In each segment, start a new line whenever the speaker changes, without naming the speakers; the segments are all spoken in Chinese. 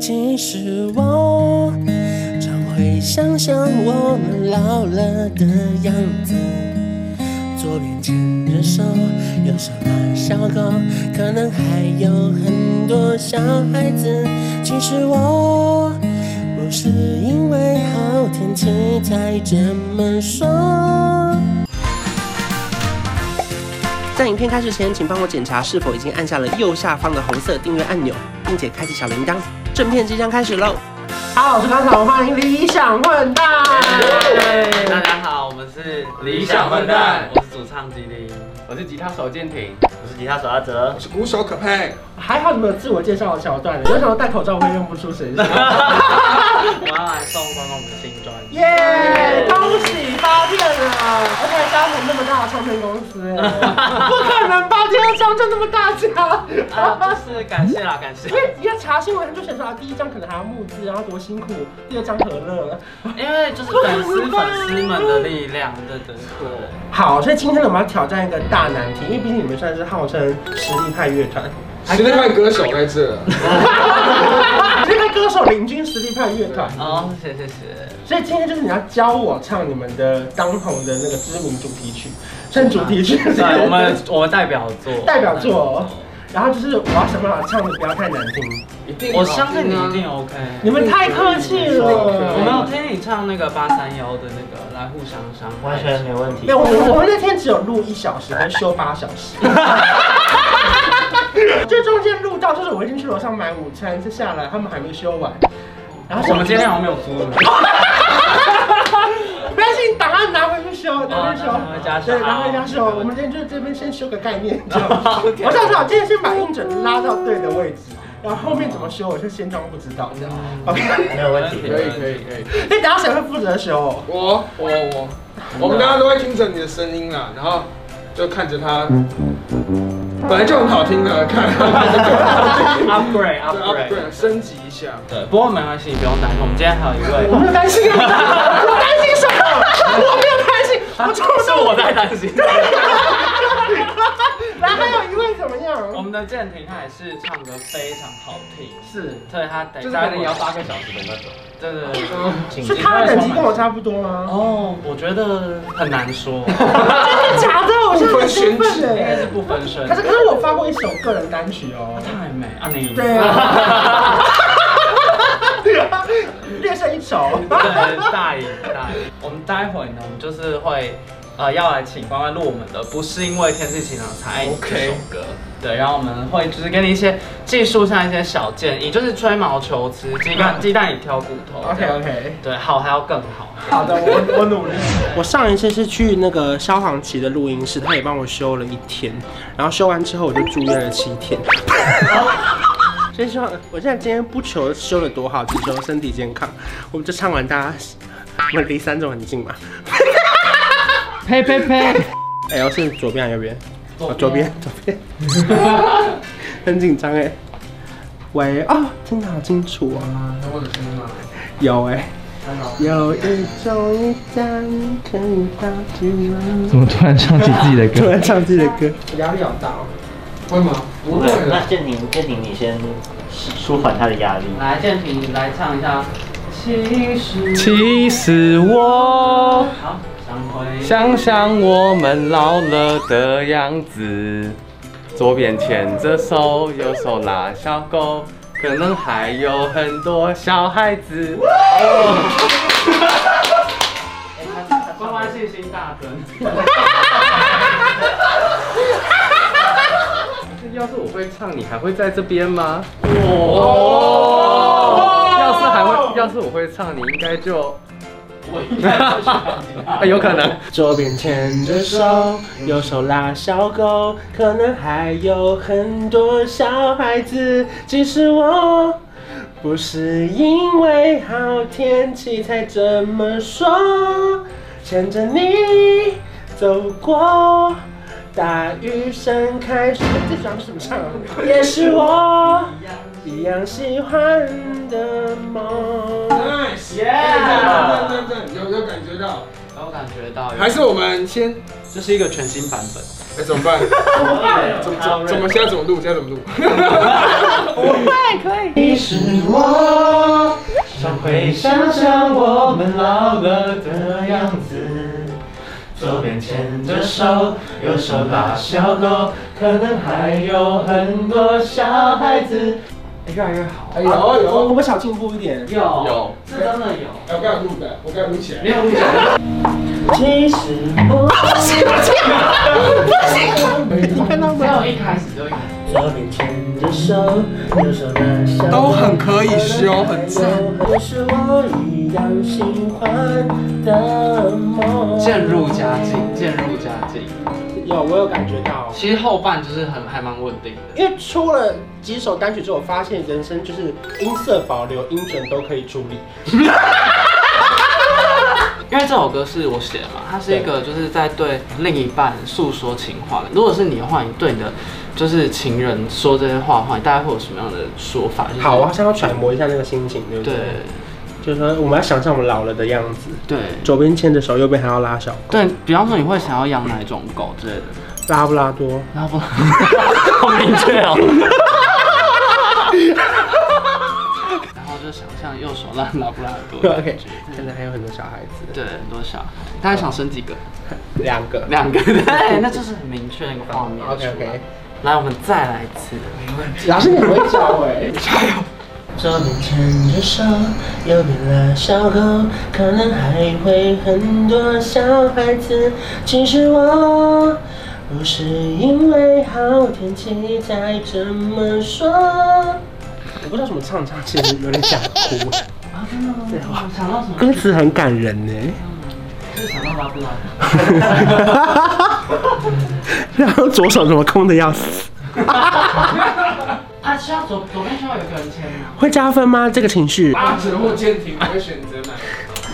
其实我常会想象我们老了的样子，左边牵着手，右手拉小狗，可能还有很多小孩子。其实我不是因为好天气才这么说。在影片开始前，请帮我检查是否已经按下了右下方的红色订阅按钮，并且开启小铃铛。正片即将开始喽！好，我是康总，欢迎理想混蛋。
大家好，我们是
理想混蛋
我是主唱吉林，我是吉他手健廷，我是吉他手阿 哲。
是鼓手可佩，
还好你们有自我介绍的小段，有时候戴口罩会认不出谁是谁。
我要来送观众我们的新专辑。
耶！哎恭喜发片了，而且还加盟那么大的唱片公司，哎 不可能吧？今天唱就那么大家。
啊，就是感谢啦，感 谢
因。为一要查新闻，他就写出来第一张可能还要募资，然后多辛苦；第二张何乐。
因为就是粉丝粉丝们的力量，对对对，
好，所以今天呢我们要挑战一个大难题，因为毕竟你们算是号称实力派乐团，
实力派歌手在这，
实力派歌手领军实力派乐团，
哦，谢谢谢谢。
所以今天就是你要教我唱你们的当红的那个知名主题曲，算主题曲是
对，我们我们代表作，
代表作。然后就是我要想办法唱的不要太难听，
一定
我相信你一定 OK。
你们太客气了。
我没有听你唱那个八三幺的那个来互相伤害，
完全没问题
对，。我们我们那天只有录一小时，跟休八小 时。这中间录到，就是我已经去楼上买午餐，这下来他们还没休完，然后
我们今天好像没有租，
不要信档案拿回去修，拿回去修，
哦拿回家修
对，啊拿回家修。我们今天就这边先修个概 念，这样。我上次我今天先把音准拉到对的位置，然后后面怎么修我就先装不知道这样。OK，
没有问题。
可以可以可以。
那等下谁会负责修？
我我我，我们大家都会听着你的声音啦，然后就看着他，本来就很好听的，看
upgrade
对
upgrade。
upgrade 升级一下。
对，不过没关系，不用担心。我们今天还有一
我
位，
没有担心啊，我担心什么？我没有担 心，我啊就是
我在担心。
然后还有一位怎么
我
样？
们的建廷他也是唱歌非常好听，
是
所以他等
就是
待
可
会
能也要八
个小时的那种。对对对。
请
是他的等级跟我差不多吗？
哦，我觉得很 难说，
真的假的？我现在很兴奋
应该是
耶！
不分身。
可是可是我发过一首个人单曲哦。
太美啊你。
对 啊。 略胜一筹。
啊对，大赢大赢。我们待会呢，我们就是会呃要来请关关录我们的《不是因为天气晴朗才爱你》这首歌。对，然后我们会就是给你一些技术上一些小建议，就是吹毛求疵，鸡蛋鸡蛋里挑骨头。
OK OK。
对，好还要更好。
好的，我我努力。 我上一次是去那个萧煌奇的录音室，他也帮我修了一天，然后修完之后我就住院了七天。 所以说，我现在今天不求修的多好，只求身体健康。我们就唱完，大家我们离三种很近嘛。
呸呸呸！
L 哎是左边还是右边？哦，左边，左边。 很紧张哎。喂，哦，听得好清楚哦。
我的声音吗？
有哎、有一种一张可以到去
怎么突然唱起自己的
突
歌？
然唱自己的歌，
压力好大哦。会吗？不会
对那
的。
建宁，建宁，你先舒缓他的压力。
来，建平，你来唱一下。其实
其实我
好，想回
想想我们老了的样子，左边牵着手，右手拉小狗，可能还有很多小孩子。
哦关关信心大增。
要是我会唱，你还会在这边吗？哦，要是还会，要是我会唱，你应该就， 哎有可能。
左边牵着手，右手拉小狗，可能还有很多小孩子。其实我不是因为好天气才这么说，牵着你走过大雨盛开时。这张什么唱啊？也是我一样喜欢的梦。
Nice，耶！
Yeah
对对对，有有感觉到，
有感觉到，
还是我们先
这是一个全新版本。
哎，怎么办？怎么怎么怎么现在怎么录？现在怎么录？
你是我，常会想象我们老了的样子。左边牵着手，右手拉小狗，可能还有很多小孩子。越来越好，
哎有有
我我们想进步一点。
有
有，
是真的有，
哎，我刚才录的，我刚才录起来。
没有误解。
其实我
没有一开始就有。
左边牵着手，右手拉小狗，
都很可以修，很赞。
都是我一样喜欢的梦。
渐入佳境，渐入佳境。
有，我有感觉到。
其实后半就是很还蛮稳定的。
因为出了几首单曲之后，我发现人生就是音色保留，音准都可以处理。
因为这首歌是我写的嘛，它是一个就是在对另一半诉说情话的。如果是你的话，你对你的就是情人说这些话的话，你大概会有什么样的说法？就是、
好，我好像要揣摩一下那个心情，对不
对
对？就是说我们要想象我们老了的样子，
对
左边牵着手，右边还要拉小狗，
对，比方说你会想要养哪种狗之类的，
拉布拉多。
然 后不
好明确 哦。
然后就想象右手拉拉布拉多 的感觉。
OK，现在还有很多小孩子，
对，很多小孩，大概想生几个？
两个。
两个， 对，那就是很明确的一个画面出
OK
来。
OK，
来，我们再来一次。
老师你很会教哎、
左边牵着手，右边拉小狗，可能还会很多小孩子。其实我不是因为好天气才这么说。
我不知道怎么唱，唱其实有点想哭，
啊，真的吗？我想到什么？
歌词很感人呢、
就是想到拉布拉多。
然后左手怎么空的要死？
啊，需要左左边需要有个人签吗？
会加分吗？这个情绪？
八折或坚挺，我会选择买。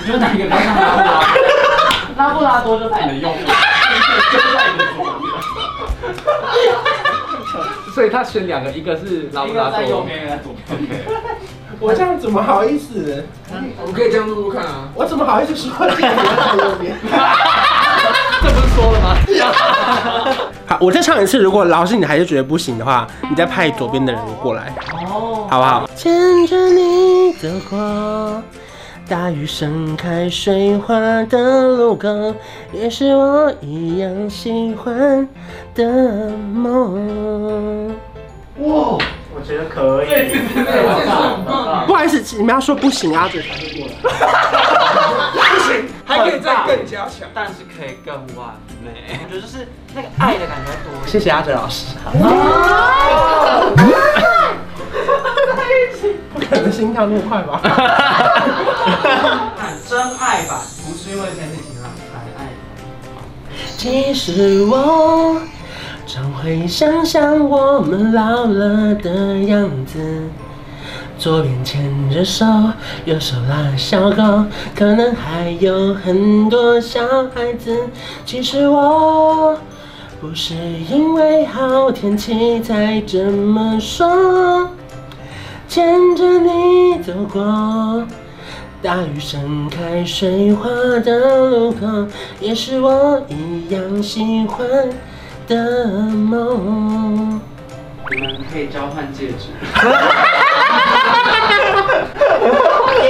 你觉得哪一个比较像拉布拉多？拉布拉多就在你的右边，就在你的左边。
所以他选两个，一个是拉布拉
在右
多，
边，一个在左边。
我这样怎么好意思？
我们可以这样录录看啊。
我怎么好意思说自己在右 边？
这不是说了吗？
好，我再唱一次。如果老师你还是觉得不行的话，你再派左边的人过来，
哦，
好不好？
牵着你走过，大雨盛开水花的路口，也是我一样喜欢的梦。
我觉得可以。
不好意思，你 们要说不行啊，这
不行，还可以再更加强。
但是可以更完美。我觉得就是那个爱的感觉多一点。
谢谢阿哲老师。不可能心跳那么快吧？
真爱吧，不是因为天气晴朗才爱你。
其实我常会想象我们老了的样子，左边牵着手，右手拉小狗，可能还有很多小孩子。其实我不是因为好天气才这么说，牵着你走过。大雨盛开水花的路口，也是我一样喜欢的梦。
你们可以交换戒指。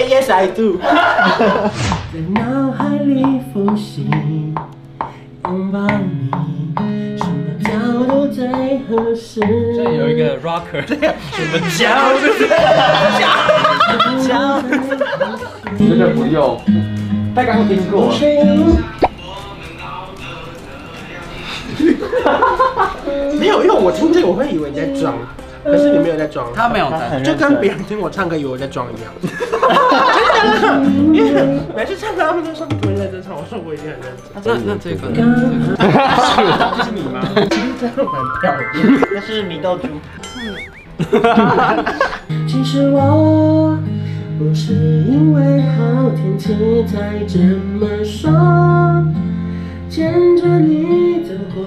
yes I do。
在脑海里复习，拥抱你，什么角度最合适？
有一个 rocker，
角度
这个不用，大概会听过。
最合适
没有，因为我听这个我会以为你在装，可是你没有在装，
他没有在。
就跟别人听我唱歌以为我在装一样。真的，因为每次唱歌他们都说你不会认真唱，我说我已经很认真。
那那这个呢，
这 是你吗？真的蛮漂亮。
那是米豆猪。
其实我不是因为好天气才这么说，牵着你走过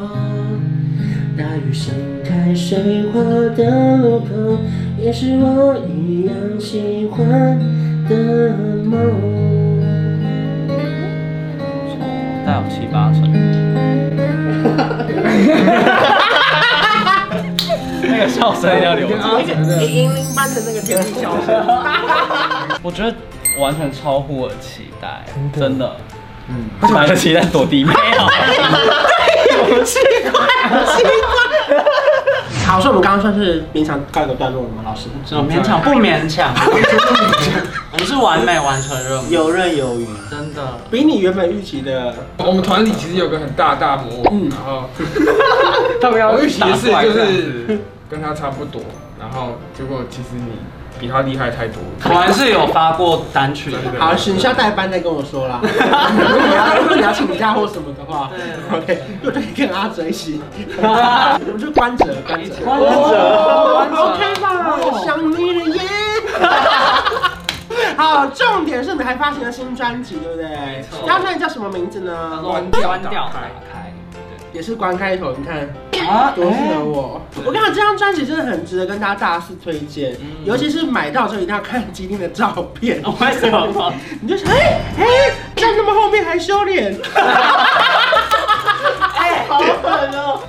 大雨盛开水花的路口，也是我一样喜欢的梦。
大概有七八成。
那个笑声要留
跟
着。
阿哲的
银铃般的那个甜蜜笑声。
我觉得完全超乎我的期待，真的。嗯，我买了期待躲弟妹啊！
好，所以我们刚刚算是勉强告一个段落了吗？老师，
这种勉强不勉强，我们是完美完成任务，
游刃有余，
真的。
比你原本预期的
我们团里其实有个很大的大魔王，然后
他们
我预期的是就
打怪
是跟他差不多，然后结果其实你比他厉害太多了。
果然是有发过单曲的，
好，请下代班再跟我说啦。 如果你要如果你要请假或什么的话，OK，又可以跟阿哲一 起，我们就关着关着哦
关着关着
OK 吧？我想你了耶。 好，重点是你们还发行了新专辑，对不对？
没错
这张专辑叫什么名字呢？
关掉
关掉
打
打
开
开。
也是关开头，你看
啊
多适合我。我跟你讲，这张专辑真的很值得跟大家大肆推荐，尤其是买到之后一定要看今天的照片。
为什么？
你就想，哎、哎，站那么后面还修脸，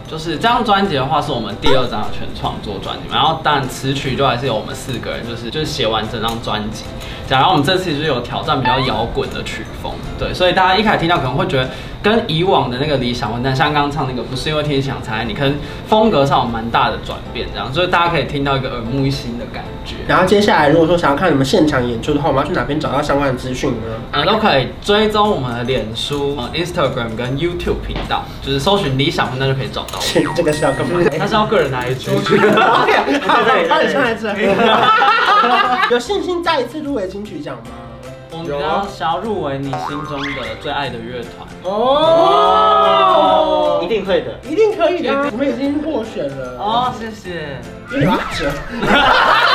就是这张专辑的话，是我们第二张的全创作专辑嘛，然后当然词曲就还是有我们四个人，就是就是写完整张专辑。这样然后我们这次就是有挑战比较摇滚的曲风，对，所以大家一开始听到可能会觉得跟以往的那个理想混蛋，像刚刚唱那个不是因为天气想才爱你，可能风格上有蛮大的转变，这样，所以大家可以听到一个耳目一新的感觉。
然后接下来如果说想要看你们现场演出的话，我们要去哪边找到相关的资讯呢？
呃，都可以追踪我们的脸书、呃 Instagram 跟 YouTube 频道，就是搜寻理想混蛋就可以找到我。
这这个是要干嘛？
他是要个人来一句。
好，快点上 来这。有信心再一次入围金曲奖吗？
我们要想要入围你心中的最爱的乐团，
哦
一，定会的。
一定可以的啊，我们已经获选了。
哦，谢谢。
有点阿哲。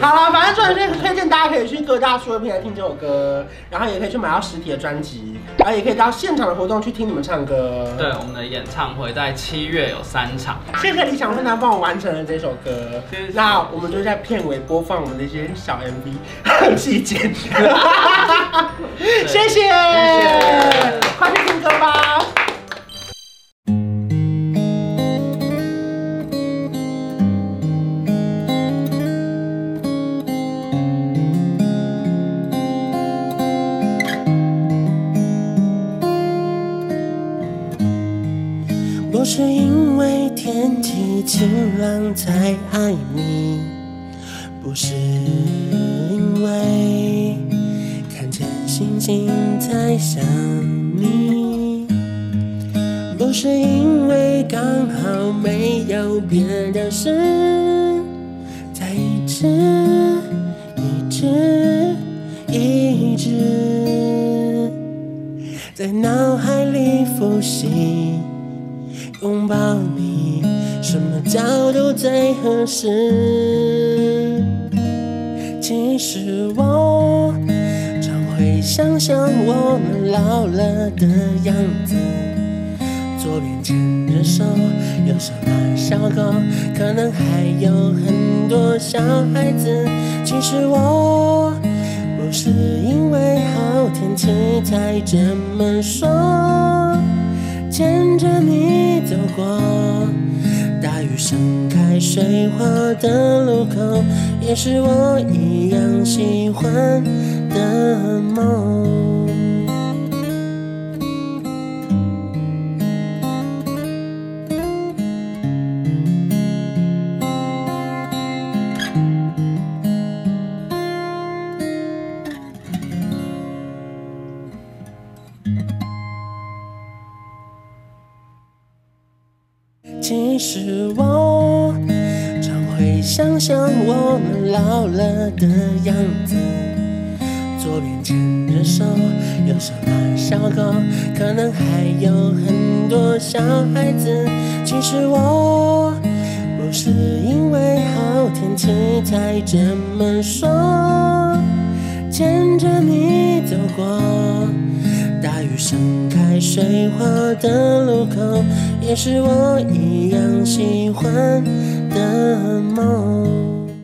好了，反正重点是推荐大家可以去各大书的平台听这首歌，然后也可以去买到实体的专辑，然后也可以到现场的活动去听你们唱歌。
对，我们的演唱会在七月有三场，
谢谢理想混蛋帮我完成了这首歌，那我们就在片尾播放我们的一些小 MV 细节。谢谢，快去听歌吧。
不是因为天气晴朗才爱你，不是因为看见星星才想你，不是因为刚好没有别的事，才一直一直一直在脑海里复习。拥抱你，什么角度最合适？其实我常会想象我们老了的样子，左边牵着手，右手拉小狗，可能还有很多小孩子。其实我不是因为好天气才这么说。牵着你走过大雨盛开水花的路口，也是我一样喜欢的梦。其实我常会想象我们老了的样子，左边牵着手，右手拉小狗，可能还有很多小孩子。其实我不是因为好天气才这么说，牵着你走过。大雨盛开水花的路口，也是我一样喜欢的梦。